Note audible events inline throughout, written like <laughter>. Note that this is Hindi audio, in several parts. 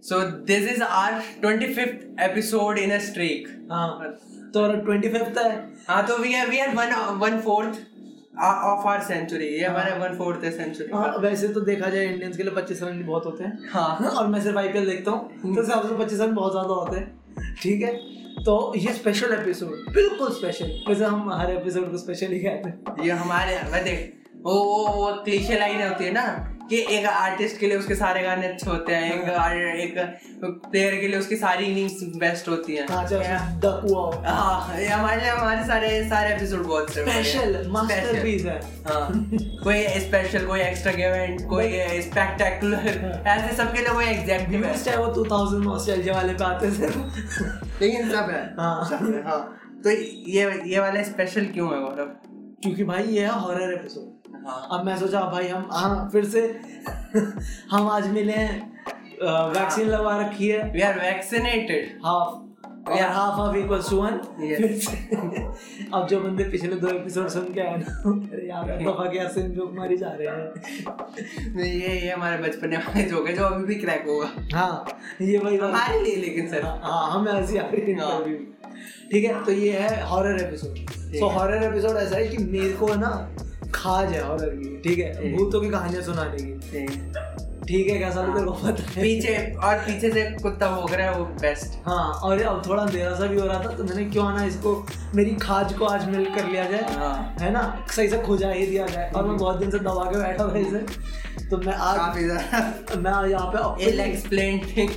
So this is our 25th episode in a streak. हाँ तो ट्वेंटी फिफ्थ है हाँ तो we are we are one one fourth of our century. ये हमारा one fourth है century. हाँ वैसे तो देखा जाए इंडियंस के लिए पच्चीस रन बहुत होते हैं हाँ और मैं सिर्फ आईपीएल देखता हूँ तो सात सौ पच्चीस रन बहुत ज़्यादा होते हैं ठीक है तो ये स्पेशल एपिसोड बिल्कुल स्पेशल वैसे हम हर एपिसोड को स्पेशल ही कहते हैं ये हमारे मैं देख वो वो वो क्लीशे लाइन होती है ना कि एक आर्टिस्ट के लिए उसके सारे गाने अच्छे होते हैं हाँ। एक आर- एक प्लेयर के लिए उसकी सारी इनिंग्स बेस्ट होती हैं हाँ Yeah. चाहे दकुआ हाँ ये हमारे हमारे सारे सारे एपिसोड बहुत से होते हैं। स्पेशल मास्टरपीस है हाँ कोई स्पेशल कोई एक्स्ट्रा इवेंट कोई स्पेक्टेकुलर ऐसे सबके लिए कोई एग्जैक्टिव है व्यूज चाहे वो 2000 नॉस्टैल्जिया वाले पे आते थे लेकिन सब है हाँ सब है, हाँ तो ये ये वाला स्पेशल क्यों है मतलब? गौरव क्योंकि भाई ये है हॉरर एपिसोड हाँ अब मैं सोचा भाई हम हाँ फिर से हम आज मिले हैं वैक्सीन लगवा रखी है we are vaccinated half Yeah. या half half equals to one Yes. <laughs> अब जो बंदे पिछले दो एपिसोड सुन के आए ना अरे यार हम तो भाग गया सिंह जो मारी जा रहे हैं ये ये हमारे बचपने वाले जोक है जो अभी भी क्रैक होगा हाँ ये भाई हाँ हमारे लिए लेकिन सर हाँ, हमें हंसी आ रही है हाँ। interview में। ठीक है तो ये है हॉरर एपिसोड सो है। हॉरर एपिसोड ऐसा है कि मेरे को ना खाज है हॉरर की ठीक है ठीक। भूतों की कहानियां सुनाने की ठीक है कैसा भी तेरे को पता है हाँ। पीछे और पीछे से कुत्ता भोग रहा है वो बेस्ट हाँ और अब थोड़ा अंधेरा सा भी हो रहा था तो मैंने क्यों ना इसको मेरी खाज को आज मिल कर लिया जाए हाँ है ना सही से खोजा ही दिया जाए और मैं बहुत दिन से दबा के बैठा हुआ इसे तो मैं आज काफी ज्यादा मैं आज यहाँ पे इल अपने एक्सप्लेन थिंग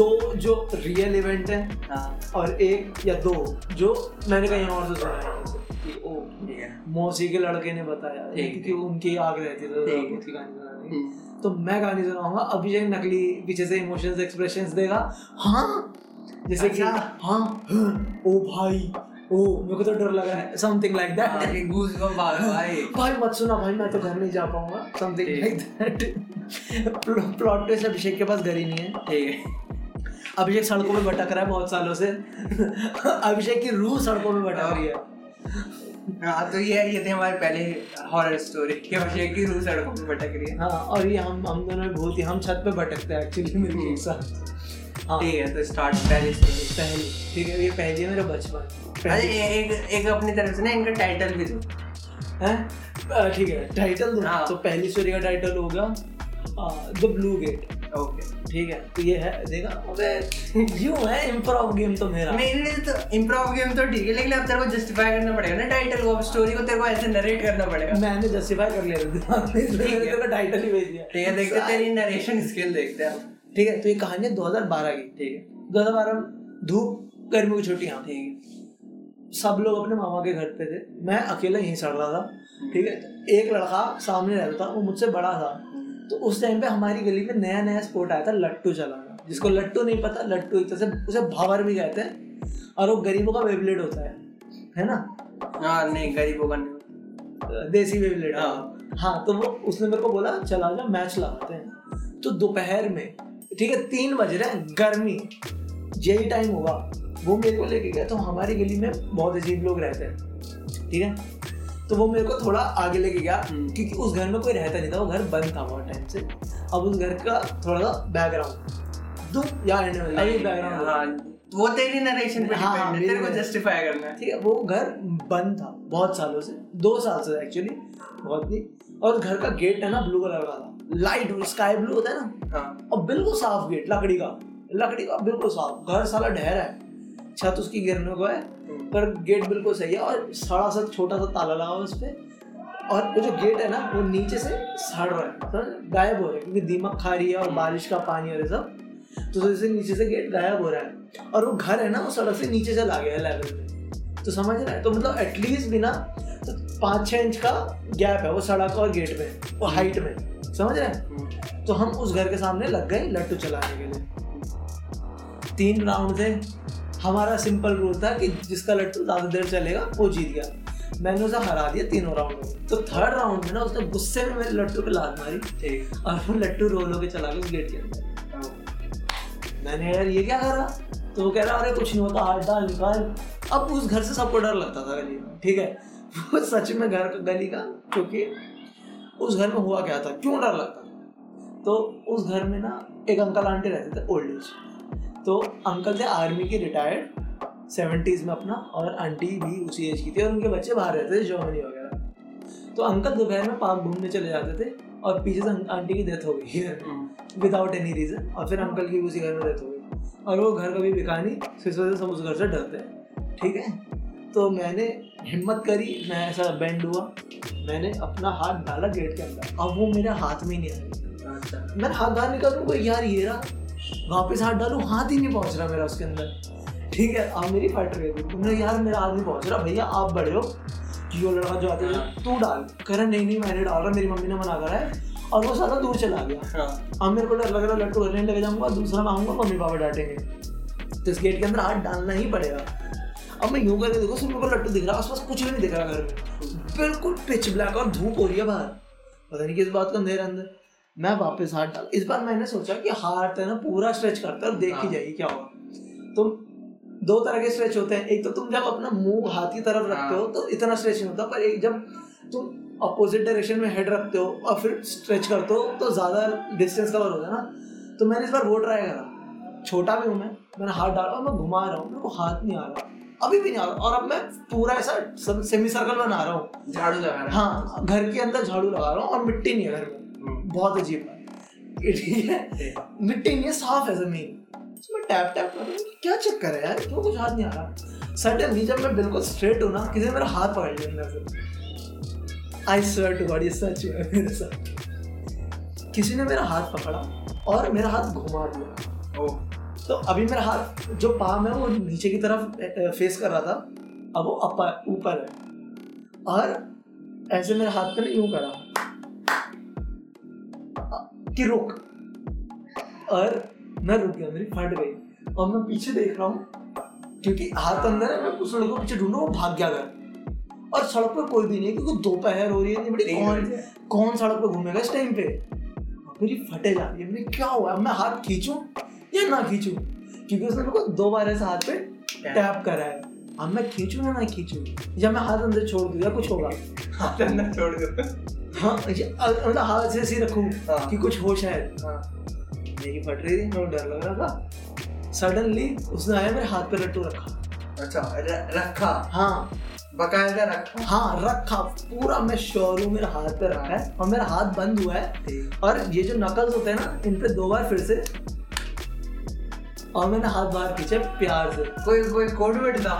दो जो रियल इवेंट है हाँ और एक या दो जो मैंने कहीं और से सुना है जैसे कि ओ ठीक है मौसी के लड़के ने बताया ठीक, क्योंकि उनकी आग रहती थी ठीक। उसकी कहानी सुनाने की। हम्म। तो मैं कहानी सुनाऊंगा अभिषेक नकली पीछे से इमोशंस एक्सप्रेशंस देगा हाँ जैसे कि अच्छा। हाँ हाँ, ओ भाई ओ मेरे को तो डर लग रहा है समथिंग लाइक हाँ, दैट ये goosebump आ गए भाई भाई मत सुना भाई मैं तो घर नहीं जा पाऊंगा समथिंग ठीक। Like that plot twist Abhishek के पास घर ही नहीं है ठीक है अभिषेक सड़कों में भटक रहा है बहुत सालों से अभिषेक की रूह सड़कों में भटक रही है हाँ तो ये ये थे हमारे पहले हॉरर स्टोरी के अभिषेक की रूह सड़कों पे भटक रही है हाँ और ये हम हम दोनों में बहुत ही हम छत पे भटकते हैं एक्चुअली मेरे एक साथ हाँ हम्म। ठीक है तो स्टार्ट पहले स्टोरी पहली ठीक है ये पहली है मेरा बचपन अरे पहली- ए- एक एक अपनी तरफ से ना इनका टाइटल भी दो हैं? अ, ठीक है टाइटल दो हाँ। तो पहली स्टोरी का टाइटल होगा द ब्लू गेट ओके ठीक है तो ये है देखा अबे यूं है इम्प्रोव गेम तो मेरा मेरे लिए तो इम्प्रोव गेम तो ठीक है लेकिन अब तेरे को जस्टिफाई करना पड़ेगा ना टाइटल को स्टोरी को तेरे को ऐसे नरेट करना पड़ेगा मैंने जस्टिफाई कर लिया दिमाग में, इसलिए मैंने तेरे को टाइटल ही भेज दिया ठीक है देखते हैं तेरी नरेशन स्किल देखते हैं हम। ठीक है तो ये कहानी है 2012 की ठीक है 2012 धूप गर्मी की छुट्टियां ठीक सब लोग अपने मामा के घर पे थे मैं अकेला यहीं सड़ रहा था ठीक है तो एक लड़का सामने रहता था वो मुझसे बड़ा था तो उस टाइम पे हमारी गली में नया नया स्पोर्ट आया था लट्टू चलाना जिसको लट्टू नहीं पता लट्टू एक तरह से उसे भावर भी कहते हैं और वो गरीबों का वेबलेट होता है है ना है हाँ नहीं गरीबों का नहीं देसी वेबलेट हाँ हाँ तो वो उसने मेरे को बोला चला जाओ मैच लगाते हैं तो दोपहर में ठीक है तीन बज रहे हैं गर्मी यही टाइम होगा वो मेरे को लेके गया तो हमारी गली में बहुत अजीब लोग रहते हैं ठीक है तो वो मेरे को थोड़ा आगे लेके गया हम्म। क्योंकि उस घर में कोई रहता नहीं था वो घर बंद था बहुत टाइम से अब उस घर का थोड़ा सा बैकग्राउंड दो या एंड में अभी बैकग्राउंड हाँ वो तेरी नरेशन पे हाँ, डिपेंड है मेरी तेरे को narration। जस्टिफाई करना है ठीक है वो घर बंद था बहुत सालों से दो साल से एक्चुअली बहुत नहीं और घर का गेट है ना ब्लू कलर का था लाइट स्काई ब्लू होता है ना हाँ और बिल्कुल साफ गेट लकड़ी का लकड़ी का बिल्कुल साफ घर साला ढहरा है छत उसकी गिरने को है हम्म, पर गेट बिल्कुल सही है और साड़ा सा छोटा सा ताला लगा हुआ है उस पर और वो जो गेट है ना वो नीचे से सड़ रहा है सर गायब हो रहा है क्योंकि दीमक खा रही है और बारिश का पानी और ये सब तो जैसे नीचे से गेट गायब हो रहा है और वो घर है ना वो सड़क से नीचे चला गया है लेवल में तो समझ रहा है तो मतलब एटलीस्ट भी ना तो पाँच छः इंच का गैप है वो सड़क और गेट में और हाइट में समझ रहे हैं हम्म। तो हम उस घर के सामने लग गए लट्टू चलाने के लिए तीन राउंड थे हमारा सिंपल रूल था कि जिसका लट्टू ज़्यादा देर चलेगा वो जीत गया मैंने उसे हरा दिया तीनों राउंड में तो थर्ड राउंड में ना उसने गुस्से में मेरे लट्टू पे लात मारी ठीक और वो लट्टू रोल होके चला गया उस गेट के अंदर मैंने यार ये क्या करा तो वो कह रहा अरे कुछ नहीं होता हाथ डाल निकाल अब उस घर से सबको डर लगता था गली में ठीक है <laughs> वो सच में घर का गली का क्योंकि उस घर में हुआ क्या था क्यों डर लगता था तो उस घर में ना एक अंकल आंटी रहते थे ओल्ड एज तो अंकल थे आर्मी के रिटायर्ड सेवेंटीज में अपना और आंटी भी उसी एज की थी और उनके बच्चे बाहर रहते थे जर्मनी वगैरह तो अंकल दोपहर में पार्क घूमने चले जाते थे और पीछे से आंटी की डेथ हो गई <laughs> घर में विदाउट एनी रीजन और फिर अंकल की उसी घर में डेथ हो गई और वो घर कभी बिका नहीं तो इस वजह से हम उस घर से डरते हैं ठीक है तो मैंने हिम्मत करी मैं ऐसा बेंड हुआ मैंने अपना हाथ डाला गेट के अंदर अब वो मेरे हाथ में ही नहीं आ रही अच्छा मैंने हाथ बाहर निकाल कोई यार ये रहा वापस हाथ डालू हाथ ही नहीं पहुंच रहा मेरा उसके अंदर ठीक है अब मेरी फट रही थी मैंने यार मेरा हाथ नहीं पहुंच रहा भैया आप बड़े हो जियो लड़का जो आते हैं तू डाल कह रहा नहीं नहीं मैंने डाल रहा मेरी मम्मी ने मना करा है और वो सारा दूर चला गया हाँ अब मेरे को डर लग रहा है लट्टू करने लेके जाऊंगा दूसरा मांगूंगा मम्मी पापा डांटेंगे तो इस गेट के अंदर हाथ डालना ही पड़ेगा अब मैं यूं करके देखो सिर्फ मेरे को लट्टू दिख रहा है आसपास कुछ भी नहीं दिख रहा घर में बिल्कुल पिच ब्लैक और धूप हो रही है बाहर पता नहीं किस बात का अंधेरा अंदर मैं वापस हाथ डाल इस बार मैंने सोचा कि हाथ है ना पूरा स्ट्रेच करता है और देख ही हाँ। जाएगी क्या होगा तो दो तरह के स्ट्रेच होते हैं एक तो तुम जब अपना मुंह हाथ की तरफ रखते हो तो इतना स्ट्रेच नहीं होता पर एक जब तुम अपोजिट डायरेक्शन में हेड रखते हो और फिर स्ट्रेच करते हो तो ज़्यादा डिस्टेंस कवर होता है ना तो मैंने इस बार वो ट्राई करा छोटा भी हूँ मैं मैंने हाथ डाला और मैं घुमा रहा हूँ मेरे को हाथ नहीं आ रहा अभी भी नहीं आ रहा और अब मैं पूरा ऐसा सेमी सर्कल बना रहा हूँ झाड़ू लगा रहा हाँ घर के अंदर झाड़ू लगा रहा हूँ और मिट्टी नहीं है घर में हम्म, बहुत अजीब बात है। ठीक है ठीक। मिट्टी नहीं है साफ है जमीन उसमें टैप टैप कर रहा हूँ, क्या चक्कर है यार क्यों कुछ हाथ नहीं आ रहा सडनली जब मैं बिल्कुल स्ट्रेट हूँ ना किसी ने मेरा हाथ पकड़ लिया अंदर से आई स्वेयर टू गॉड ये सच हुआ है मेरे साथ किसी ने मेरा हाथ पकड़ा और मेरा हाथ घुमा दिया ओ तो अभी मेरा हाथ जो पाम है वो नीचे की तरफ फेस कर रहा था अब वो अपर ऊपर है और ऐसे मेरे हाथ पे ना यूं करा अ- कि रुक और मैं रुक गया मेरी फट गई और मैं पीछे देख रहा हूँ क्योंकि हाथ अंदर है मैं उस लड़के को पीछे ढूंढा वो भाग गया घर और सड़क पर कोई भी नहीं है, क्योंकि दोपहर हो रही है इतनी बड़ी ठीक कौन है। कौन सड़क पे घूमेगा इस टाइम पे मेरी फटे जा रही है मैंने क्या हुआ अब मैं हाथ खींचूं या ना खींचूं क्योंकि उसने मेरे को दो बार ऐसे हाथ पे टैप करा है अब मैं खींचूं या ना खींचूं या मैं हाथ अंदर छोड़ दूं या कुछ होगा हाथ अंदर छोड़ दो हाँ ये- अ- मतलब हाथ ऐसे ऐसे ही रखूं हाँ, कि कुछ हो शायद हाँ। मेरी फट रही थी मेरे को डर लग रहा था सडनली उसने आया मेरे हाथ पे लट्टू रखा अच्छा र- रखा हाँ बकायदा रखा हाँ रखा पूरा मैं श्योर हूँ मेरा हाथ पे रखा है और मेरा हाथ बंद हुआ है और ये जो नकल्स होते हैं ना इन पे दो बार फिर से और मैंने हाथ बाहर खींचे प्यार से कोई कोई कोड वर्ड था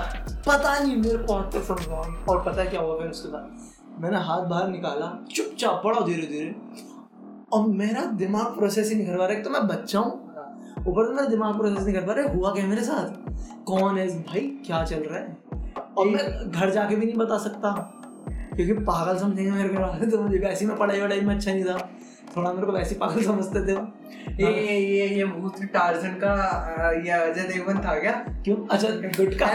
पता नहीं मेरे को हाथ पे समझ रहा और पता है क्या हुआ फिर उसके बाद मैंने हाथ बाहर निकाला चुपचाप बड़ा धीरे धीरे और मेरा दिमाग प्रोसेस ही नहीं कर पा रहा है। एक तो मैं बच्चा हूँ ऊपर से मेरा दिमाग प्रोसेस नहीं कर पा रहा है हुआ क्या है मेरे साथ कौन है इस भाई क्या चल रहा है और मैं घर जाके भी नहीं बता सकता क्योंकि पागल समझेंगे मेरे घर वाले <laughs> तो मुझे वैसे ही मैं पढ़ाई वढ़ाई में अच्छा नहीं था थोड़ा मेरे को वैसे ही पागल समझते थे वो। ये ये ये ये भूत टार्जन का अ, ये अजय देवगन था क्या क्यों अच्छा गुटका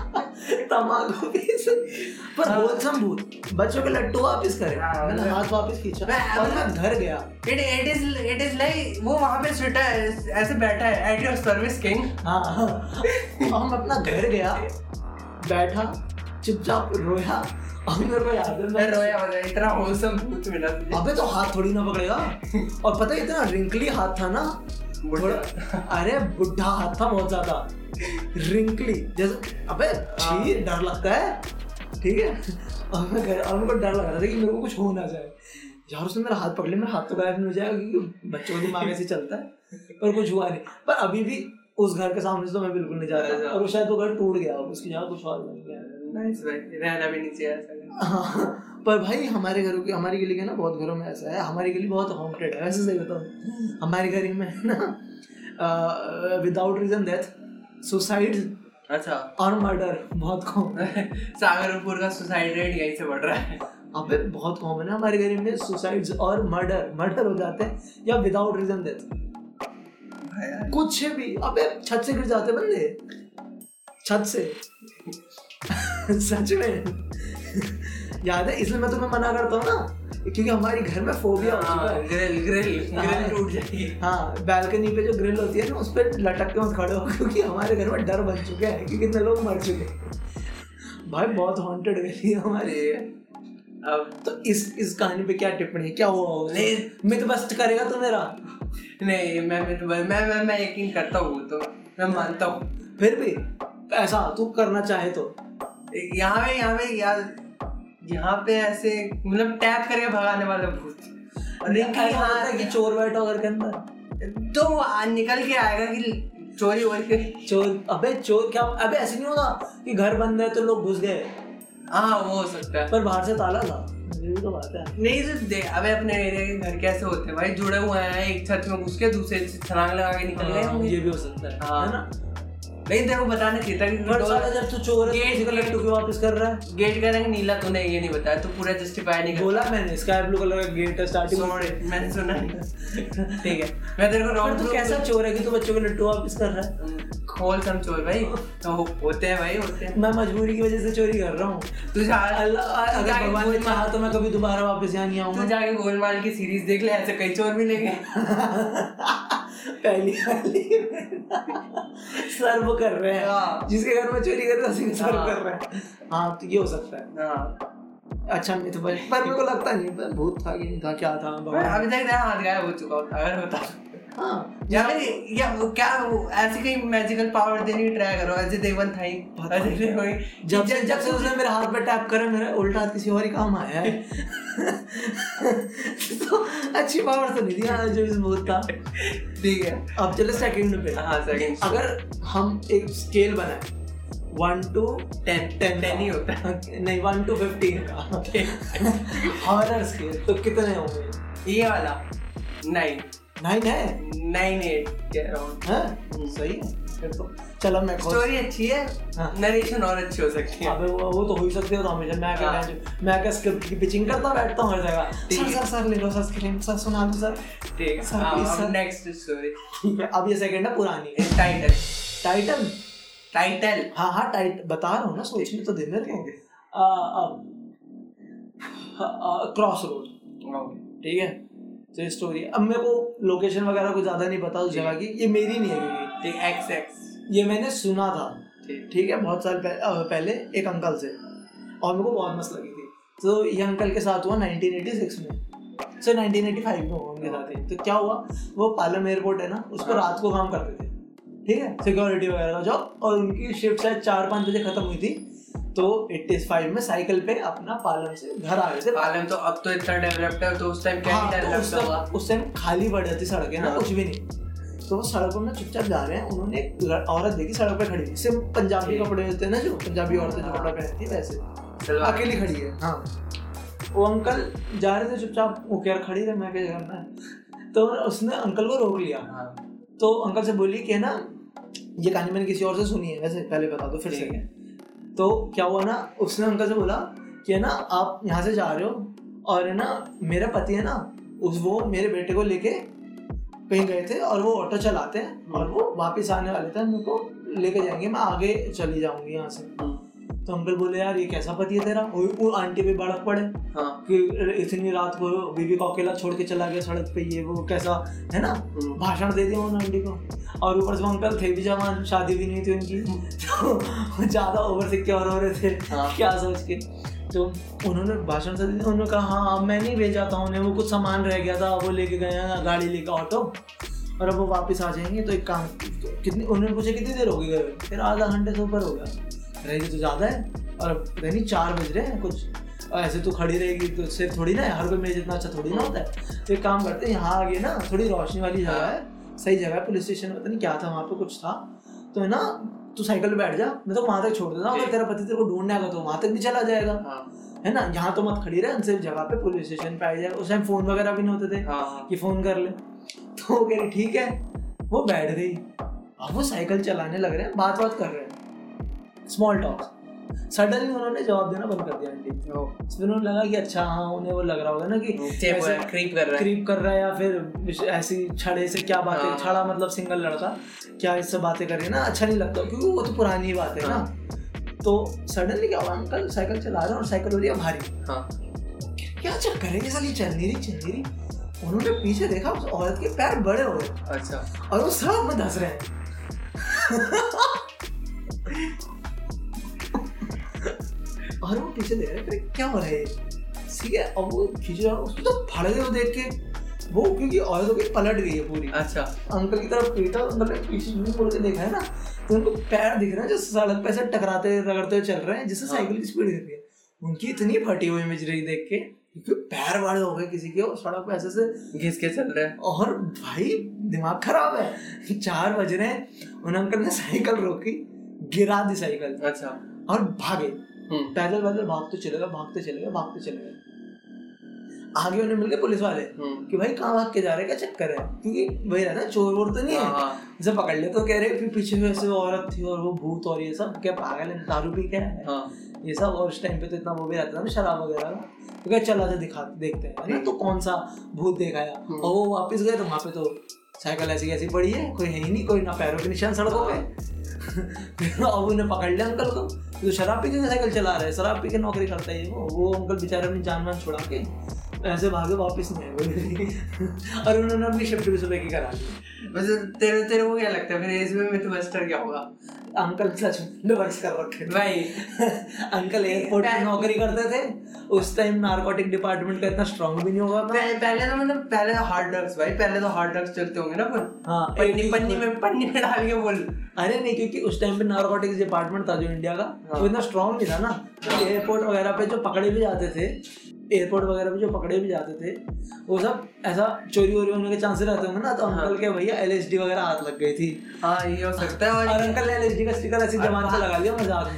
तम्बाकू पीस पर हाँ। बोल सम भूत बच्चों के लट्टू वापस करे हाँ, मैंने मैं- हाथ वापस खींचा मैं- और मैं घर गया it it is it is like वो वहां पे सुटा है ऐसे बैठा है एट योर सर्विस किंग हाँ हाँ। हम अपना घर गया बैठा चुपचाप रोया अभी मेरे को याद है मैं मैं रोया होगा इतना होलसम भूत मिला तुझे अबे तो हाथ थोड़ी ना पकड़ेगा और पता है इतना रिंकली हाथ था ना बुढ़ा थोड़ा- अरे बुढ़ा हाथ था बहुत ज्यादा रिंकली जैसे अबे छी डर लगता है ठीक है और मैं घर और मेरे को डर लग रहा था कि मेरे को कुछ हो ना जाए यार उसने मेरा हाथ पकड़ लिया मेरा हाथ तो गायब नहीं हो जाएगा क्योंकि बच्चों का दिमाग ऐसे चलता है पर कुछ हुआ नहीं पर अभी भी उस घर के सामने से तो मैं बिल्कुल नहीं जा रहा और वो शायद वो घर टूट गया उसकी जगह कुछ और बन गया नाइस भाई रहना भी नहीं चाहिए ऐसा हाँ, <laughs> पर भाई हमारे घरों के हमारी गली के ना बहुत घरों में ऐसा है हमारी गली बहुत हॉन्टेड है वैसे सही बताऊँ हमारी गली में है <laughs> ना विदाउट रीजन डेथ सुसाइड अच्छा <laughs> और मर्डर बहुत कॉमन है सागरपुर का सुसाइड रेट यहीं से बढ़ रहा है अबे बहुत कॉमन है हमारी गली में सुसाइड्स और मर्डर मर्डर हो जाते हैं या विदाउट रीजन डेथ कुछ भी अबे छत से गिर जाते हैं बंदे छत से <laughs> सच में <laughs> याद है इसलिए मैं तुम्हें मना करता हूँ ना क्योंकि हमारी घर में फोबिया हो चुका है ग्रिल ग्रिल ग्रिल टूट जाएगी हाँ बैल्कनी पे जो ग्रिल होती है ना उस पर लटक के मत खड़े हो क्योंकि हमारे घर में डर बन चुका है कि कितने लोग मर चुके हैं भाई बहुत हॉन्टेड गली है हमारी अरे अब तो इस इस कहानी पे क्या टिप्पणी है क्या हुआ होगा नहीं। मिथ बस्ट करेगा तो मेरा नहीं मैं मैं मैं मैं, मैं यकीन करता हूँ तो मैं मानता हूँ फिर भी ऐसा तू करना चाहे तो यहाँ पे यहाँ पे यार यहाँ पे ऐसे मतलब टैप करके भगाने वाला भूत और ऐसा निकल होता है कि हाँ चोर बैठा होगा घर के अंदर तो वो आ- निकल के आएगा कि चोरी वोरी के चोर अबे चोर क्या अबे ऐसे नहीं होगा कि घर बंद है तो लोग घुस गए हाँ वो हो सकता है पर बाहर से ताला था ये भी तो बात है नहीं तो देख अबे अपने एरिया के घर कैसे होते हैं भाई जुड़े हुए हैं एक छत में घुस के दूसरे से छलांग लगा के निकल गए हाँ, होंगे ये भी हो सकता है हाँ। है ना नहीं तेरे को बताना चाहिए था कि पर साला डोर- जब तू चोर है तो गेट- किसी का लट्टू क्यों वापस कर रहा है गेट का रंग नीला तूने ये नहीं बताया तू पूरा जस्टिफाई नहीं कर बोला मैंने स्काई ब्लू कलर का गेट है स्टार्टिंग में Sorry, मैंने सुना नहीं ठीक है मैं तेरे को पर राउंड तू कैसा चोर है कि तू बच्चों के लट्टू वापस कर रहा है खोल सम चोर भाई तो हो- होते हैं भाई होते हैं मैं मजबूरी की वजह से चोरी कर रहा हूँ तुझे अल्लाह अगर जाके भगवान ने गोल चाहा तो मैं कभी दोबारा वापस यहाँ नहीं तू आऊंगा जाके गोलमाल की सीरीज देख ले ऐसे कई चोर मिलेंगे हाँ। पहली वाली सर्व कर रहे हाँ। हैं जिसके घर में चोरी कर रहा है उसी को सर्व हाँ। कर रहे हैं हाँ तो ये हो सकता है हाँ अच्छा मिथ पर पर मेरे को लगता नहीं पर भूत था कि नहीं था क्या था पर भगवान अभी तक तेरा हाथ गायब हो चुका होता अगर होता हाँ या फिर या वो क्या वो ऐसे कहीं मैजिकल पावर देने की ट्राई करो अजय देवगन था ही पता अजय देवगन जब से जब से उसने मेरे हाथ पर टैप करा मेरा उल्टा हाथ किसी और ही काम आया है <laughs> तो अच्छी पावर तो नहीं थी हाँ, जो इस भूत था ठीक है अब चलो सेकंड पे हाँ सेकंड अगर हम एक स्केल बनाए one two ten ten ten ही होता है नहीं वन टू फिफ्टीन का हॉरर स्केल तो कितने होंगे ये वाला नाइन नाइन है नाइन एट कह रहा हूँ हैं? सही है फिर तो चलो मैं खोल स्टोरी अच्छी है हाँ। नरेशन और अच्छी हो सकती है अबे वो वो तो हो ही सकते हो तो हमेशा मैं क्या हाँ। मैं- मैं क्या स्क्रिप्ट की पिचिंग करता बैठता हूँ हर जगह ठीक सर है। सर सर ले लो सर स्क्रीन सर सुना दो सर ठीक है सर, please, हाँ सर। नेक्स्ट स्टोरी ठीक है अब ये सेकंड है पुरानी टाइटल टाइटन टाइटल हाँ हाँ टाइट बता रहा हूँ ना सोचने तो दे मेरे ठीक को क्रॉस रोड ठीक है तो ये स्टोरी है अब मेरे को लोकेशन वगैरह कुछ ज़्यादा नहीं पता उस ठीक जगह की ये मेरी नहीं है क्योंकि ठीक एक्स एक्स ये मैंने सुना था ठीक ठीक है बहुत साल पह, अ, पहले एक अंकल से और मेरे को बहुत मस्त लगी थी तो ये अंकल के साथ हुआ 1986 में सो 1985 में हुआ उनके साथ ही तो क्या हुआ वो पालम एयरपोर्ट है ना उसको हाँ। रात को काम करते थे ठीक है सिक्योरिटी वगैरह का जॉब और उनकी शिफ्ट शायद चार पाँच बजे ख़त्म हुई थी तो 85 में साइकिल पे अपना पालम से घर आ गए थे आलम तो अब तो इतना डेवलप्ड है तो उस टाइम क्या हाँ, ही तो उस डेवलप्ड होगा टाइम- उस टाइम खाली पड़ जाती सड़कें ना हाँ। कुछ भी नहीं तो वो सड़कों में चुपचाप जा रहे हैं उन्होंने एक ल- औरत देखी सड़क पे खड़ी सिर्फ पंजाबी ठीक। कपड़े होते हैं ना जो पंजाबी औरतें जो हाँ। कपड़ा पहनती हैं वैसे सलवार अकेली खड़ी है हाँ वो अंकल जा रहे थे चुपचाप वो क्या खड़ी रहे मैं क्या करना है तो उसने अंकल को रोक लिया हाँ तो अंकल से बोली कि है ना ये कहानी मैंने किसी और से सुनी है वैसे पहले बता दो फिर ठीक से तो क्या हुआ ना उसने अंकल से बोला कि है ना आप यहाँ से जा रहे हो और है ना मेरा पति है ना उस वो मेरे बेटे को लेके कहीं गए थे और वो ऑटो चलाते हैं और वो वापस आने वाले थे मेरे को लेके जाएंगे मैं आगे चली जाऊंगी यहाँ से तो अंकल बोले यार ये कैसा पति है तेरा वो वो आंटी पे भड़क पड़े हाँ कि इतनी रात को बीवी को अकेला छोड़ के चला गया सड़क पे ये वो कैसा है ना हम्म। भाषण दे दिया उन्होंने आंटी को और ऊपर से वो अंकल थे भी जवान शादी भी नहीं थी उनकी तो ज़्यादा ओवर सिक्योर हो रहे थे हाँ। क्या सोच के तो उन्होंने भाषण से दिया उन्होंने कहा हाँ मैं नहीं भेजा था उन्हें वो कुछ सामान रह गया था वो लेके गए हैं गाड़ी लेके ऑटो और अब वो वापस आ जाएंगे तो एक काम कितनी उन्होंने पूछा कितनी देर होगी घर में फिर आधा घंटे से ऊपर हो गया रहेगी तो ज़्यादा है और अब पता नहीं चार बज रहे हैं कुछ और ऐसे तो खड़ी रहेगी तो उससे थोड़ी ना है, हर कोई मेरे जितना अच्छा थोड़ी ना होता है तो एक काम करते हैं यहाँ आगे ना थोड़ी रोशनी वाली जगह है सही जगह है पुलिस स्टेशन पता नहीं क्या था वहाँ पे कुछ था तो है ना तू साइकिल पे बैठ जा मैं तो वहाँ तक छोड़ देता हूँ अगर ठीक। तेरा पति तेरे को ढूंढने आएगा तो वहाँ तक भी चला जाएगा हाँ है ना यहाँ तो मत खड़ी रहे उनसे जगह पे पुलिस स्टेशन पे आ जाए उस टाइम फ़ोन वगैरह भी नहीं होते थे हाँ कि फ़ोन कर ले तो वो कह रही ठीक है वो बैठ गई अब वो साइकिल चलाने लग रहे हैं बात बात कर रहे हैं स्मॉल टॉक सडनली उन्होंने जवाब देना बंद कर दिया आंटी फिर उन्हें लगा कि अच्छा हाँ उन्हें वो लग रहा होगा ना कि ऐसे क्रीप कर रहा है क्रीप कर रहा है या फिर ऐसी छड़े से क्या हाँ। बातें छड़ा मतलब सिंगल लड़का क्या इससे बातें करे ना अच्छा नहीं लगता क्योंकि वो तो पुरानी बात है ना हाँ। तो सडनली क्या हुआ अंकल साइकिल चला रहे हैं और साइकिल हो रही है भारी हाँ क्या चक्कर है ये साली चल नहीं रही चल नहीं रही उन्होंने पीछे देखा उस औरत के पैर बड़े हो गए अच्छा और वो सड़क में धंस रहे हैं और वो पीछे देख रहे हैं क्या हो रहा है ये? ठीक है और वो खींच रहा है, उसको तो फड़ गए वो देख के वो क्योंकि औरत होकर पलट गई है पूरी अच्छा अंकल की तरफ पीटा अंकल ने पीछे मुंह मोड़ के देखा है ना तो उनको पैर दिख रहे हैं जो सड़क पे से टकराते रगड़ते हुए चल रहे हैं जिससे हाँ। साइकिल की स्पीड गिर रही है उनकी इतनी फटी हुई इमेज रही देख के क्योंकि पैर वाड़े हो गए किसी के और सड़क पे ऐसे से घिस के चल रहा है और भाई दिमाग खराब है चार बज रहे हैं उन अंकल ने साइकिल रोकी गिरा दी साइकिल अच्छा और भागे हम्म पैदल पैदल भागते चले गए भागते चले गए भागते चले गए आगे उन्हें मिल गए पुलिस वाले हम्म कि भाई कहाँ भाग के जा रहे हैं क्या चक्कर है क्योंकि वही है ना चोर वोर तो नहीं हाँ, है हाँ, इसे पकड़ ले तो कह रहे फिर पीछे में ऐसे वो औरत थी और वो भूत और ये सब क्या पागल है दारू पी के आया है हाँ, ये सब और उस टाइम पे तो इतना वो भी रहता था ना शराब वगैरह का तो क्या चला जाए दिखा देखते हैं अरे तो कौन सा भूत देखाया हम्म। और वो वापस गए तो वहाँ पे तो साइकिल ऐसी कैसी पड़ी है कोई है ही नहीं कोई ना पैरों के निशान सड़कों पे <laughs> फिर अब उन्हें पकड़ लिया अंकल को तो शराब पी के साइकिल चला रहे है शराब पी के नौकरी करता है ये वो वो अंकल बेचारे अपनी जान मान छुड़ा के ऐसे भागे वापस नहीं आए <laughs> और उन्होंने अपनी शिफ्ट भी सुबह की करा ली वैसे तेरे तेरे को क्या लगता है फिर इसमें मिथ बस्टर क्या होगा अंकल सच में रिवर्स कर रखे भाई अंकल एयरपोर्ट पे नौकरी करते थे उस टाइम नारकोटिक डिपार्टमेंट का इतना स्ट्रांग भी नहीं होगा था पह- पहले तो मतलब पहले तो हार्ड ड्रग्स भाई पहले तो हार्ड ड्रग्स चलते होंगे ना फिर हाँ पन्नी पन्नी में पन्नी में डाल के बोल अरे नहीं क्योंकि उस टाइम पे नारकोटिक्स डिपार्टमेंट था जो इंडिया का हाँ। वो इतना स्ट्रांग नहीं था ना एयरपोर्ट वगैरह पे जो पकड़े भी जाते थे एयरपोर्ट वगैरह पे जो पकड़े भी जाते थे वो सब ऐसा चोरी वोरी होने के चांसेस रहते होंगे ना तो हाँ। अंकल के भैया एलएसडी वगैरह हाथ लग गई थी हाँ ये हो सकता है और और अंकल ने एलएसडी का स्टिकर ऐसे और जवान से बाहर- लगा लिया मजाक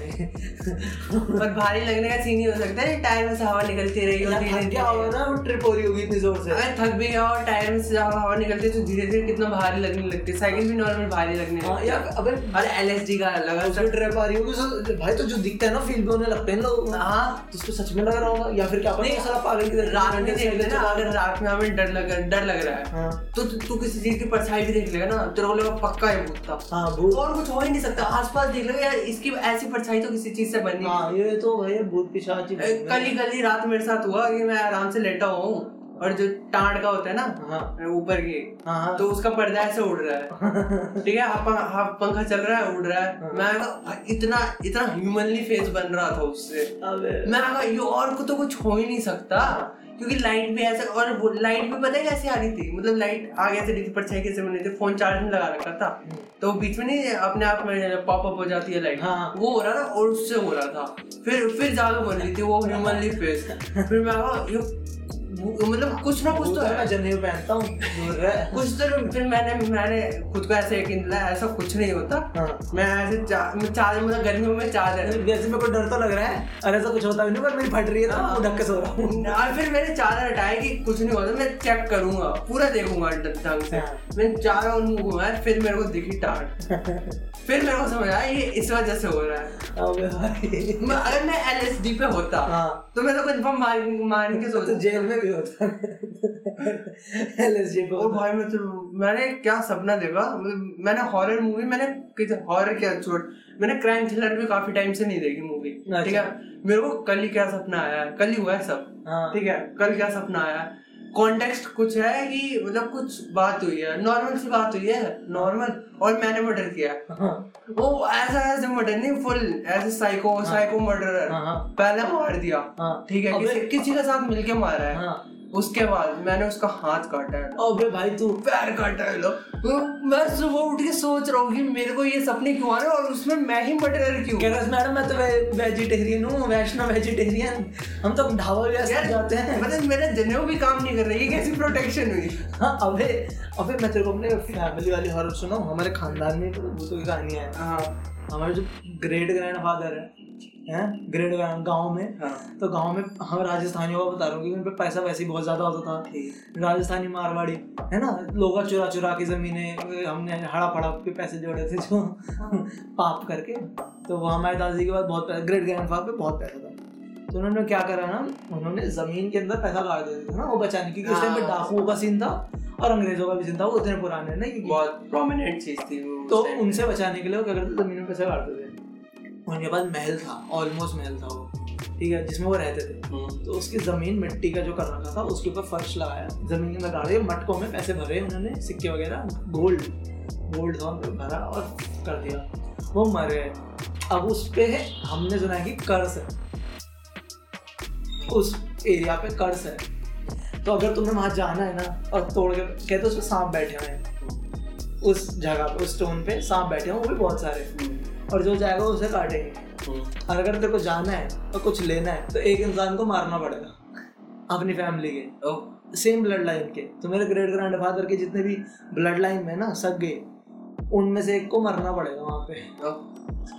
<laughs> में <laughs> पर भारी लगने का सीन ही हो सकता है टायर में से हवा निकलती रही और या धीरे थक धीरे गया होगा ना वो ट्रिप हो रही होगी इतनी जोर से अगर थक भी गया और टायर में से जब हवा निकलती है तो धीरे धीरे कितना भारी लगने लगती है साइकिल भी नॉर्मल भारी लगने हाँ, लगती या अबे है और एलएसडी का अलग उसको ट्रैप आ रही होगी उसे- भाई तो जो दिखता है ना फील्ड में होने लगते हैं लोग तो हाँ उसको सच में लग रहा होगा या फिर क्या पता नहीं, वो साला पागल की तरह रात में रंडे देख से लेना अगर रात में हमें डर लग डर लग रहा है हाँ तो तू- तू किसी चीज की परछाई भी देख लेगा ना तेरे को लगा पक्का है भूत था हाँ भूत और कुछ हो ही नहीं सकता आसपास देख लेगा यार इसकी ऐसी परछाई तो किसी चीज से बनी नहीं। हाँ ये तो भाई भूत पिशाच ही ए, कल ही कल ही रात मेरे साथ हुआ कि मैं आराम से लेटा हुआ हूँ और जो टांड का होता है ना हाँ ऊपर की हाँ हाँ तो उसका पर्दा ऐसे उड़ रहा है <laughs> ठीक है हाफ पंख- हाफ पंखा चल रहा है उड़ रहा है हाँ। मैं कहा, इतना इतना ह्यूमनली फेस बन रहा था उससे अबे मैं कहा, ये और को तो कुछ हो ही नहीं सकता क्योंकि लाइट भी ऐसे और वो लाइट भी पता है कैसे आ रही थी मतलब लाइट आगे से दिखी परछाई कैसे बनी थी फोन चार्ज में लगा रखा था तो बीच में नहीं अपने आप में पॉप अप हो जाती है लाइट हाँ वो हो रहा था और उससे हो रहा था फिर फिर जाकर बन रही थी वो ह्यूमनली फेस फिर मैं कहा, ये वो- मतलब कुछ ना कुछ भूत तो है है मैं जनेऊ पहनता हूँ दूर रह कुछ देर फिर मैंने मैंने खुद को ऐसे यकीन दिलाया ऐसा कुछ नहीं होता हाँ मैं ऐसे चा- मैं चादर मतलब गर्मियों में चादर जैसे मेरे को डर तो लग रहा है और ऐसा कुछ होता भी नहीं पर मेरी फट रही है हाँ। तो ढक के सो रहा हूँ और फिर मैंने चादर हटाई कि कुछ नहीं होता मैं चेक करूंगा पूरा देखूंगा ढंग ढंग से हाँ। मैंने चारों ओर मुंह घुमाया फिर मेरे को दिखी <laughs> टाट फिर मेरे को समझ आया ये इस वजह से हो रहा है अबे भाई मैं, अगर मैं एलएसडी पे होता हाँ तो मैं तो कंफर्म मान मान के तो सोच जेल में भी होता <laughs> है एलएसडी और भाई मैं तो मैंने क्या सपना देखा मतलब मैंने हॉरर मूवी मैंने हॉरर क्या छोड़ मैंने क्राइम थ्रिलर भी काफी टाइम से नहीं देखी मूवी अच्छा। ठीक है मेरे को कल ही क्या सपना आया है कल ही हुआ है सब हाँ ठीक है कल क्या सपना आया कॉन्टेक्स्ट कुछ है कि मतलब कुछ बात हुई है नॉर्मल सी बात हुई है नॉर्मल और मैंने मर्डर किया है। हाँ वो ऐसा ऐसे मर्डर नहीं फुल ऐसे साइको साइको मर्डरर हाँ पहले मार दिया हाँ ठीक है अबे- किसी, किसी के साथ मिलके मारा है हाँ उसके बाद मैंने उसका हाथ काटा है अबे भाई तू पैर काटा है लो वो मैं सुबह उठ के सोच रहा हूँ कि मेरे को ये सपने क्यों आ रहे हैं और उसमें मैं ही मर्डरर क्यों कह रहा है, मैडम मैं तो वे- वेजिटेरियन हूँ वैष्णव वेजिटेरियन हम तो ढाबा भी ऐसे यार, जाते हैं मतलब मेरा जनेऊ भी काम नहीं कर रहा ये कैसी प्रोटेक्शन हुई हाँ अबे अबे मैं तेरे को अपने फैमिली वाली हॉरर सुनाऊँ हमारे खानदान में तो भूतों की कहानी है हाँ हमारे जो ग्रेट ग्रैंड फादर है हैं ग्रेट ग्रैंड गाँव में हाँ तो गांव में हम राजस्थानियों का बता रहा हूँ क्योंकि उन पे पैसा वैसे ही बहुत ज़्यादा होता था ठीक राजस्थानी मारवाड़ी है ना लोग चुरा चुरा के जमीने हमने हड़प हड़प के पैसे जोड़े थे जो हाँ। पाप करके तो वो हमारे दादाजी के पास बहुत पैसा ग्रेट ग्रैंड पे बहुत पैसा था तो उन्होंने क्या करा ना उन्होंने जमीन के अंदर पैसा गाड़ दिया था ना वो बचाने की क्योंकि उस टाइम पे हाँ। डाकुओं का सीन था और अंग्रेजों का भी सीन था वो उतने पुराने हैं ना क्योंकि बहुत प्रोमिनेंट चीज थी वो तो उनसे बचाने के लिए वो क्या करते थे, जमीन में पैसा गाड़ते थे उनके पास महल था ऑलमोस्ट महल था वो ठीक है जिसमें वो रहते थे हम्म, तो उसकी जमीन मिट्टी का जो कर रखा था उसके ऊपर फर्श लगाया जमीन के अंदर गाड़े मटकों में पैसे भरे उन्होंने सिक्के वगैरह गोल्ड गोल्ड था उन पे भरा और कर दिया वो मर गए अब उस पे हमने सुना है कि कर्ज है उस एरिया पे कर्स है तो अगर तुम्हें वहाँ जाना है ना और तोड़ के कहते उसमें सांप बैठे हुए हैं उस जगह पे उस स्टोन पे सांप बैठे हुए हैं, वो भी बहुत सारे और जो जाएगा उसे काटेंगे हम्म, और अगर तेरे को जाना है और कुछ लेना है तो एक इंसान को मारना पड़ेगा अपनी फैमिली के ओ सेम ब्लड लाइन के तो मेरे ग्रेट ग्रैंड फादर के जितने भी ब्लड लाइन में ना सब गए उनमें से एक को मरना पड़ेगा वहाँ पे ओ।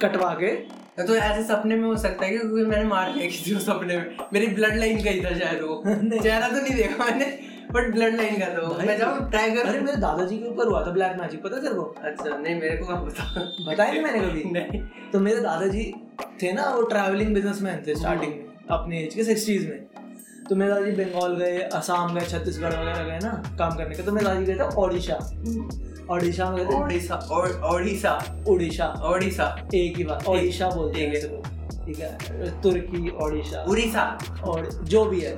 कटवा के <laughs> तो ऐसे सपने में हो सकता है क्योंकि मैंने मार लिया किसी को सपने में मेरी ब्लड लाइन का ही था शायद वो नहीं। चेहरा तो नहीं देखा मैंने बट ब्लड लाइन का था वो भाई, मैं जाऊँ ट्राई अरे कर मेरे दादाजी के ऊपर हुआ था ब्लैक मैजिक पता है तेरे को अच्छा नहीं मेरे को कहाँ पता बताया <laughs> नहीं मैंने कभी नहीं तो मेरे दादाजी थे ना वो ट्रैवलिंग बिजनेसमैन थे स्टार्टिंग में अपने एज के सिक्सटीज में तो मेरे दादाजी बंगाल गए असम गए छत्तीसगढ़ वगैरह गए ना काम करने के तो मेरे दादाजी गए थे ओडिशा ओडिशा में गए हम्म। ओडिशा और- ओडिशा थे उड़ीसा ओडिशा एक ही बात ओडिशा बोलते हैं ठीक है। वैसे लोग ठीक है तुर्की ओडिशा उड़ीसा और जो भी है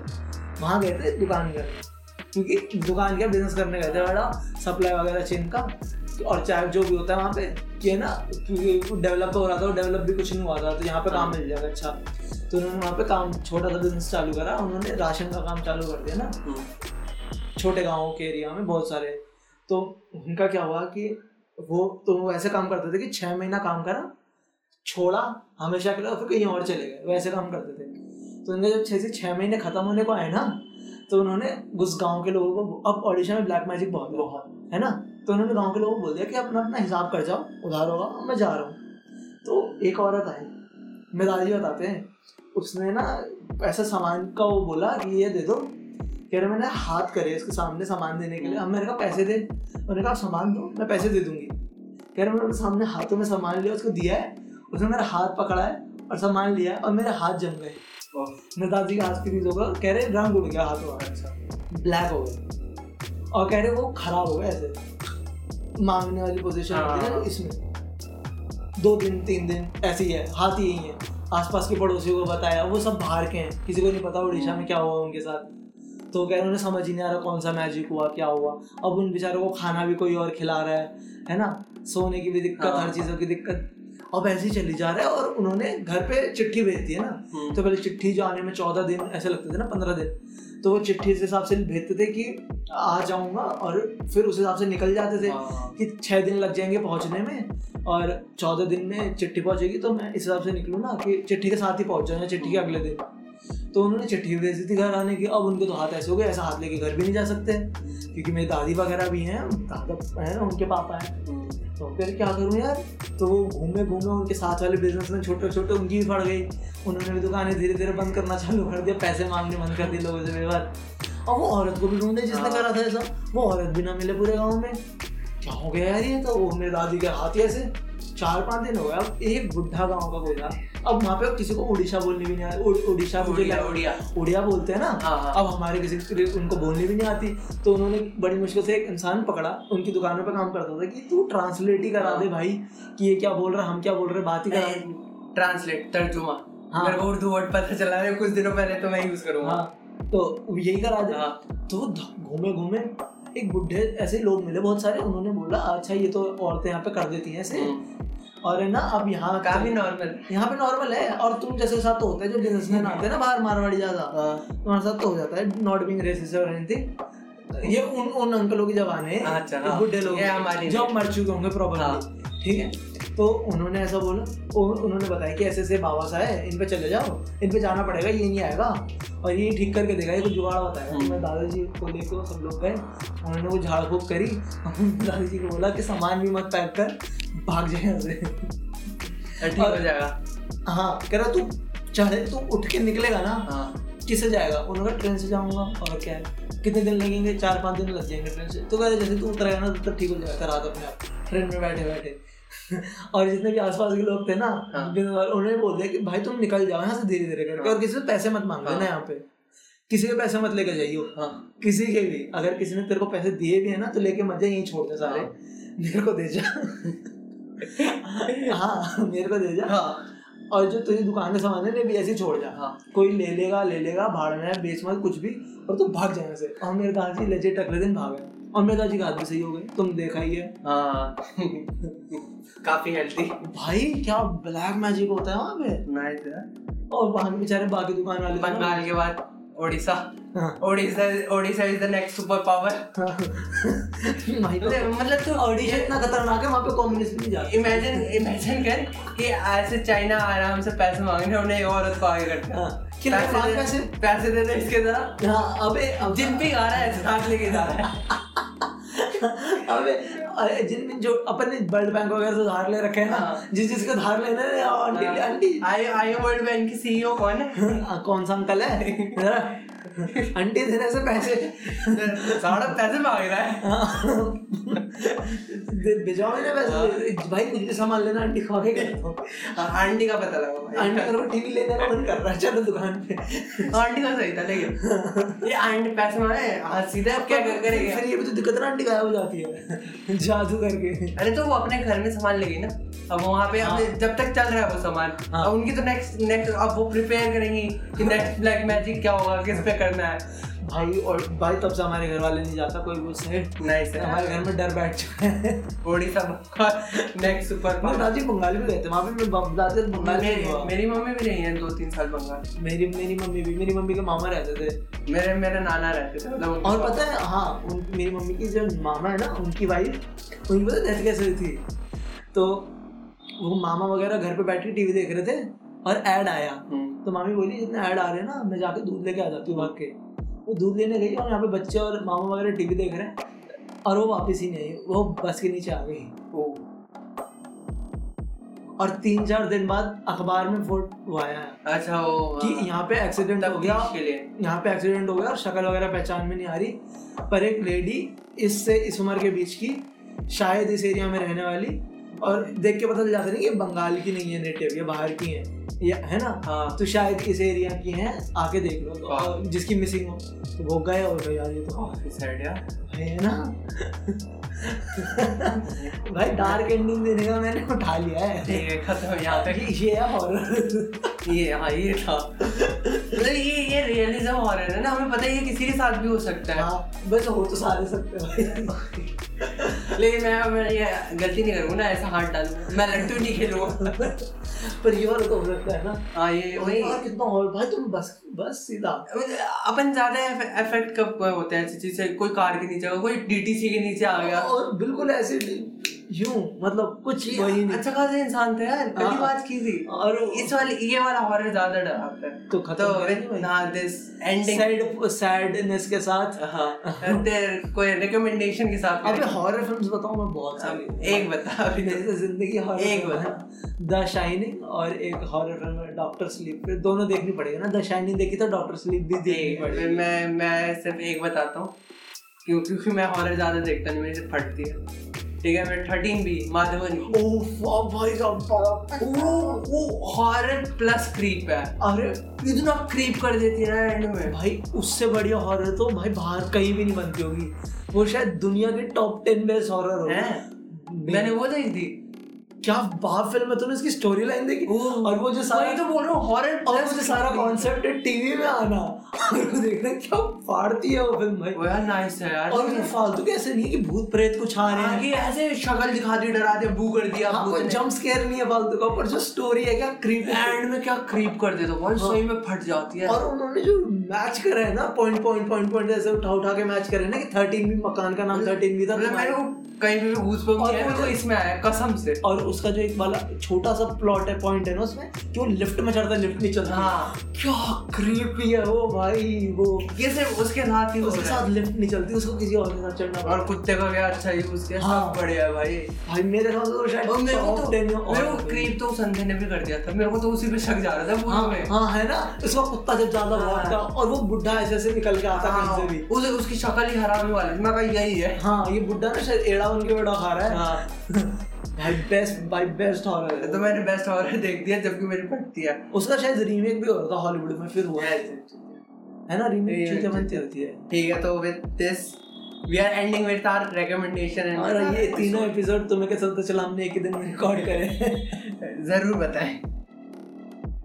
वहाँ गए थे दुकान करने क्योंकि दुकान क्या बिजनेस करने गए थे बड़ा सप्लाई वगैरह चेन का तो और चाहे जो भी होता है वहाँ पे कि है ना क्योंकि डेवलप हो रहा था और डेवलप भी कुछ नहीं हुआ था तो यहाँ पे काम मिल जाएगा अच्छा तो उन्होंने वहाँ पे काम छोटा सा बिजनेस चालू करा उन्होंने राशन का काम चालू कर दिया ना हम्म, छोटे गाँव के एरिया में बहुत सारे तो उनका क्या हुआ कि वो तो वो ऐसे काम करते थे कि छः महीना काम करा छोड़ा हमेशा के लिए और फिर कहीं और चले गए वैसे काम करते थे तो उनके जब छः से छः महीने खत्म होने को आए ना तो उन्होंने उस गांव के लोगों को अब ऑडिशन में ब्लैक मैजिक बहुत बहुत है ना तो उन्होंने गांव के लोगों को बोल दिया कि अपना अपना हिसाब कर जाओ उधार होगा और मैं जा रहा हूँ तो एक औरत आई मेरे दादाजी बताते हैं उसने ना ऐसा सामान का वो बोला कि ये दे दो कह रहे मैंने हाथ करे इसके सामने सामान देने के लिए हम मैंने कहा पैसे दे उन्होंने कहा "आप सामान दो मैं पैसे दे दूंगी कह रहे मैंने उनके सामने हाथों में सामान लिया उसको दिया है उसने मेरा हाथ पकड़ा है और सामान लिया है और मेरे हाथ जम गए मेरे दादाजी का हाथ फ्रीज होगा कह रहे रंग उड़ गया हाथों का अच्छा ब्लैक हो गया और कह रहे वो खराब हो गया ऐसे मांगने वाली पोजीशन होती है ना हाँ। इसमें दो दिन तीन दिन ऐसे ही है हाथ यही है आसपास के पड़ोसियों को बताया वो सब बाहर के हैं किसी को नहीं पता उड़ीसा में क्या हुआ उनके साथ तो कह रहे उन्हें समझ ही नहीं आ रहा कौन सा मैजिक हुआ क्या हुआ अब उन बेचारों को खाना भी कोई और खिला रहा है है ना सोने की भी दिक्कत हाँ। हर चीज़ों की दिक्कत अब ऐसे ही चली जा रहा है और उन्होंने घर पे चिट्ठी भेज दी है ना हम्म। तो पहले चिट्ठी जो आने में चौदह दिन ऐसे लगते थे ना पंद्रह दिन तो वो चिट्ठी इस हिसाब से भेजते थे कि आ जाऊंगा और फिर उस हिसाब से निकल जाते थे हाँ। कि छः दिन लग जाएंगे पहुंचने में और चौदह दिन में चिट्ठी पहुंचेगी तो मैं इस हिसाब से निकलूँ ना कि चिट्ठी के साथ ही पहुंच जाऊँ या चिट्ठी के अगले दिन तो उन्होंने चिट्ठी भेज दी थी घर आने की अब उनको तो हाथ ऐसे हो गए ऐसा हाथ लेके घर भी नहीं जा सकते क्योंकि मेरी दादी वगैरह भी हैं दादा हैं उनके पापा हैं हम्म। तो फिर क्या करूँ यार तो वो घूमे घूमे उनके साथ वाले बिजनेसमैन छोटे छोटे उनकी भी फट गई उन्होंने भी दुकानें धीरे धीरे बंद करना चालू कर दिया पैसे मांगने बंद कर दिए लोगों से व्यवहार और वो औरत को भी ढूंढे जिसने हाँ। करा था ऐसा वो औरत भी ना मिले पूरे गाँव में क्या हो गया यार ये तो वो मेरे दादी के हाथ ही ऐसे चार पाँच दिन हो गया अब एक बुढ़ा गाँव का कोई था अब वहाँ पे किसी को उड़ीसा बोलने भी नहीं आया उड़- उड़ीसा मुझे उड़िया लगा- उड़िया उड़िया बोलते हैं ना हाँ हाँ अब हमारे किसी के लिए उनको बोलने भी नहीं आती तो उन्होंने बड़ी मुश्किल से एक इंसान पकड़ा उनकी दुकानों पे काम करता था कि तू ट्रांसलेट ही करा दे भाई कि ये क्या बोल रहा है हम क्या बोल रहे हैं, बात ही करा दे। ट्रांसलेट तर्जुमा हाँ। मेरे को उर्दू वर्ड पता चला है कुछ दिनों पहले तो मैं यूज करूंगा हाँ तो यही करा दे हाँ तो वो ध- घूमे घूमे एक बुढ़े ऐसे लोग मिले बहुत सारे उन्होंने बोला अच्छा ये तो औरतें यहाँ पे कर देती हैं ऐसे हम्म। और है ना अब यहाँ काफी नॉर्मल यहाँ पे नॉर्मल है और तुम जैसे साथ तो होते हैं जो बिजनेसमैन आते हैं ना बाहर मारवाड़ी ज्यादा हाँ, तुम्हारे साथ तो हो जाता है नॉट बीइंग रेसिस्ट और एनीथिंग ये उन उन अंकलों की जबान है अच्छा, ये हाँ। बुड्ढे लोग ये हमारी जो अब मर चुके होंगे हाँ। प्रॉब्लम ठीक है तो उन्होंने ऐसा बोला उन- उन्होंने बताया कि ऐसे ऐसे बाबा सा है इन पे चले जाओ इन पे जाना पड़ेगा ये नहीं आएगा और ये ठीक करके देगा ये कुछ जुगाड़ बताएगा तो हम्म। मैं दादाजी को लेकर सब लोग गए उन्होंने वो झाड़ फूक करी दादाजी को बोला कि सामान भी मत पैक कर भाग जाए यहाँ से तो ठीक हो जाएगा हाँ कह रहा तू चढ़े तू उठ के निकलेगा ना हाँ किससे जाएगा उन्होंने कहा ट्रेन से जाऊंगा और क्या है कितने दिन लगेंगे चार पाँच दिन लग जाएंगे ट्रेन से तो कह रहे जैसे तू उतरेगा ना तब तक ठीक हो जाएगा रात अपने आप ट्रेन में बैठे <laughs> बैठे और जितने भी आसपास के लोग थे ना हाँ। बिना- और उन्होंने बोल दिया कि भाई तुम निकल जाओ यहाँ से धीरे धीरे करके हाँ। और किसी से पैसे मत मांग लेना हाँ। यहाँ पे किसी के पैसे मत लेकर जाइयो हाँ किसी के भी अगर किसी ने तेरे को पैसे दिए भी है ना तो लेके मत जा यहीं छोड़ दे सारे हाँ। मेरे को दे <laughs> जा हाँ मेरे को दे जा हाँ और जो तुझे दुकान में सामान है ले भी ऐसे ही छोड़ जा हाँ कोई ले लेगा ले लेगा भाड़ में है बेच मत कुछ भी और तू भाग जाए यहाँ से और मेरे दादाजी लेजे अगले दिन भाग गए और मेरे दादाजी का हाथ भी सही हो गए तुम देखा ही है हाँ काफी हेल्थी भाई क्या ब्लैक मैजिक होता है वहाँ पे नाइस <laughs> और वहाँ पे बेचारे बाकी दुकान वाले हाँ। थे ना, बंगाल के बाद Odisha Odisha Odisha is the next super power भाई तो मतलब तो ऑडिशन इतना खतरनाक है वहाँ पे कॉम्युनिस्ट नहीं जा इमेजिन इमेजिन कर कि ऐसे चाइना आराम से पैसे मांग रहे हैं, उन्हें एक औरत को आगे करते हैं हाँ। कि मेरे पास पैसे दे- पैसे दे दे इसके तरह हाँ अबे अब जिन भी आ रहा है साथ लेके जा रहा है अबे अरे जिन जो अपन ने वर्ल्ड बैंक वगैरह से धार ले रखे हैं ना हाँ। जिस जिसको धार लेना है ना, aunty aunty I I World Bank की सीईओ कौन है आ, कौन सा अंकल है जरा, आंटी देने से पैसे सारा पैसे मांग रहा है हाँ। दे- भिजवाओ ना हाँ। पैसे भाई कुछ भी सामान लेना आंटी खा <laughs> के करता हूँ। आंटी का पता लगा भाई। आंटी को टीवी लेने का मन कर रहा है चलो दुकान पे आंटी का सही था लेकिन ये आंटी पैसे मांगे हाँ सीधे अब क्या करेंगे फिर ये भी तो दिक्कत ना आंटी गायब हो जाती है <laughs> जादू करके अरे तो वो अपने घर में सामान लेगी ना अब वहाँ पे अपने जब तक चल रहा है वो सामान हाँ। अब उनकी तो नेक्स्ट नेक्स्ट अब वो प्रिपेयर करेंगी कि नेक्स्ट ब्लैक मैजिक क्या होगा किस पे करना है भाई और भाई तब से हमारे घर वाले नहीं जाता कोई वो से नाइस है हमारे घर में डर बैठ चुका है <laughs> ओडिशा का नेक्स्ट सुपर मैं पावर दादी बंगाल भी गए थे वहाँ पे मैं दादी बंगाल में मेरी हुआ मेरी मम्मी भी रही है दो तीन साल बंगाल मेरी मेरी मम्मी भी मेरी मम्मी के मामा रहते थे मेरे मेरे नाना रहते थे मतलब और पता है हाँ उन मेरी मम्मी की जो मामा है ना उनकी वाइफ उनकी पता डेथ कैसे हुई थी तो वो मामा वगैरह घर पे बैठ के टीवी देख रहे थे और ऐड आया हम्म। तो मामी बोली जितने ऐड आ रहे हैं ना मैं जाके दूध लेके आ जाती हूँ भाग के वो दूध लेने गई और यहाँ पे बच्चे और मामा वगैरह टीवी देख रहे हैं और वो वापस ही नहीं आई, वो बस के नीचे आ गई ओ, और तीन चार दिन बाद अखबार में फोट वो आया है अच्छा वो कि यहाँ पे तो एक्सीडेंट हो गया तफ्तीश के लिए यहाँ पे एक्सीडेंट हो गया और शक्ल वगैरह पहचान में नहीं आ रही पर एक लेडी इससे इस उम्र के बीच की शायद इस एरिया में रहने वाली और देख के पता चल जाता नहीं कि ये बंगाल की नहीं है नेटिव ये बाहर की है ये है ना हाँ तो शायद इस एरिया की है आके देख लो वाह। और जिसकी मिसिंग हो तो वो गए और भाई यार ये तो काफी sad यार भाई है ना भाई डार्क एंडिंग देने का मैंने उठा लिया है <laughs> ठीक है खत्म यहाँ पे ये है <laughs> हॉरर ये हाँ ये था मतलब ये ये रियलिज्म हो रहा है ना हमें पता है ये किसी के साथ भी हो सकता है हाँ बस हो तो सारे सकते हैं भाई लेकिन मैं मैं ये गलती नहीं करूँगा ना ऐसा हाथ डालूंगा मैं लट्टू नहीं खेलूंगा पर ये वाला तो हो सकता है ना हाँ ये वही और कितना और भाई तुम बस बस सीधा अपन ज्यादा अफेक्ट कब होते हैं ऐसी चीज से कोई कार के नीचे होगा कोई डीटीसी के नीचे आ गया और बिल्कुल ऐसे यूं मतलब कुछ वही नहीं अच्छा खासा इंसान था यार पहली हाँ। बात की थी और इस वाले ये वाला हॉरर ज्यादा डराता है तो तो खत्म ना दिस एंडिंग सैड सैडनेस के साथ हाँ तेरे कोई रिकमेंडेशन के साथ अबे हॉरर फिल्म्स बताओ मैं बहुत सारी अब एक बता अभी तो। मेरे से जिंदगी हॉरर हाँ। एक द शाइनिंग और एक हॉरर फिल्म है डॉक्टर स्लीप फिर दोनों देखनी पड़ेगी ना द शाइनिंग देखी तो डॉक्टर स्लीप भी देखनी एक पड़ेगी मैं मैं सिर्फ एक बताता हूँ क्यों क्योंकि मैं हॉरर ज़्यादा देखता नहीं मेरे से फटती है ठीक है मैं थर्टीन भी माधवन भी। ओह वाह भाई साहब वो वो हॉरर प्लस क्रीप है अरे इतना क्रीप कर देती है ना एंड में भाई उससे बढ़िया हॉरर तो भाई बाहर कहीं भी नहीं बनती होगी वो शायद दुनिया के टॉप टेन बेस्ट हॉरर हैं? हो मैंने वो देखी थी क्या बाहर फिल्म है तुमने इसकी स्टोरी लाइन देखी ओह, और वो जो सारा वही तो बोल रहा हूँ हॉरर और वो जो सारा कॉन्सेप्ट है टीवी में आना और वो देखना क्या फाड़ती है वो फिल्म भाई वो यार नाइस है यार और वो फालतू के ऐसे नहीं है कि भूत प्रेत कुछ आ रहे हैं हाँ, आगे ऐसे शक्ल दिखा दी डरा दिया बू कर दिया जंप स्केयर नहीं है फालतू का पर जो स्टोरी है क्या क्रीप एंड में क्या क्रीप कर देता भाई सही में फट जाती है और उन्होंने जो मैच करा है ना पॉइंट पॉइंट पॉइंट पॉइंट ऐसे उठा उठा के मैच करे हैं ना कि थर्टीन भी मकान का नाम थर्टीन भी था तो मतलब तुम्हारे- मेरे को कहीं पे भी घूस और है वो तो जो- इसमें आया कसम से और उसका जो एक वाला छोटा सा प्लॉट है पॉइंट है ना उसमें कि वो लिफ्ट में चढ़ता है लिफ्ट नहीं चलता हाँ क्या क्रीपी है वो भाई वो ये सिर्फ उसके साथ ही हो उसके रहा है साथ लिफ्ट नहीं चलती उसको किसी और के साथ चढ़ना पड़ा और कुत्ते का क्या अच्छा यूज किया हाँ। सब बढ़िया है भाई भाई मेरे साथ तो शायद और मेरे को तो top 10 में और मेरे को भी। क्रीप तो संध्या ने भी कर दिया था मेरे को तो उसी पे शक जा रहा था तो हाँ भूत में हाँ है ना उसका कुत्ता जब ज्यादा हाँ। भागता और वो बुढ़ा ऐसे ऐसे निकल के आता हाँ, कहीं से भी उस, उसकी शक्ल ही हरामी वाली थी। मैं कहा यही है हाँ ये बुढ़ा ना शायद एड़ा उनके बड़ा खा रहा है हाँ <laughs> भाई बेस्ट भाई बेस्ट हॉरर है तो मैंने बेस्ट हॉरर <laughs> देख दिया जबकि मेरी फटती है उसका शायद रीमेक भी हो रहा था हॉलीवुड में फिर हुआ है है ना रीमेक Remake चीजें बनती होती है ठीक है तो with this we are ending with our recommendation और एंड तो ये तीनों एपिसोड तुम्हें कैसा लगता चला हमने एक ही दिन में रिकॉर्ड करे जरूर बताएं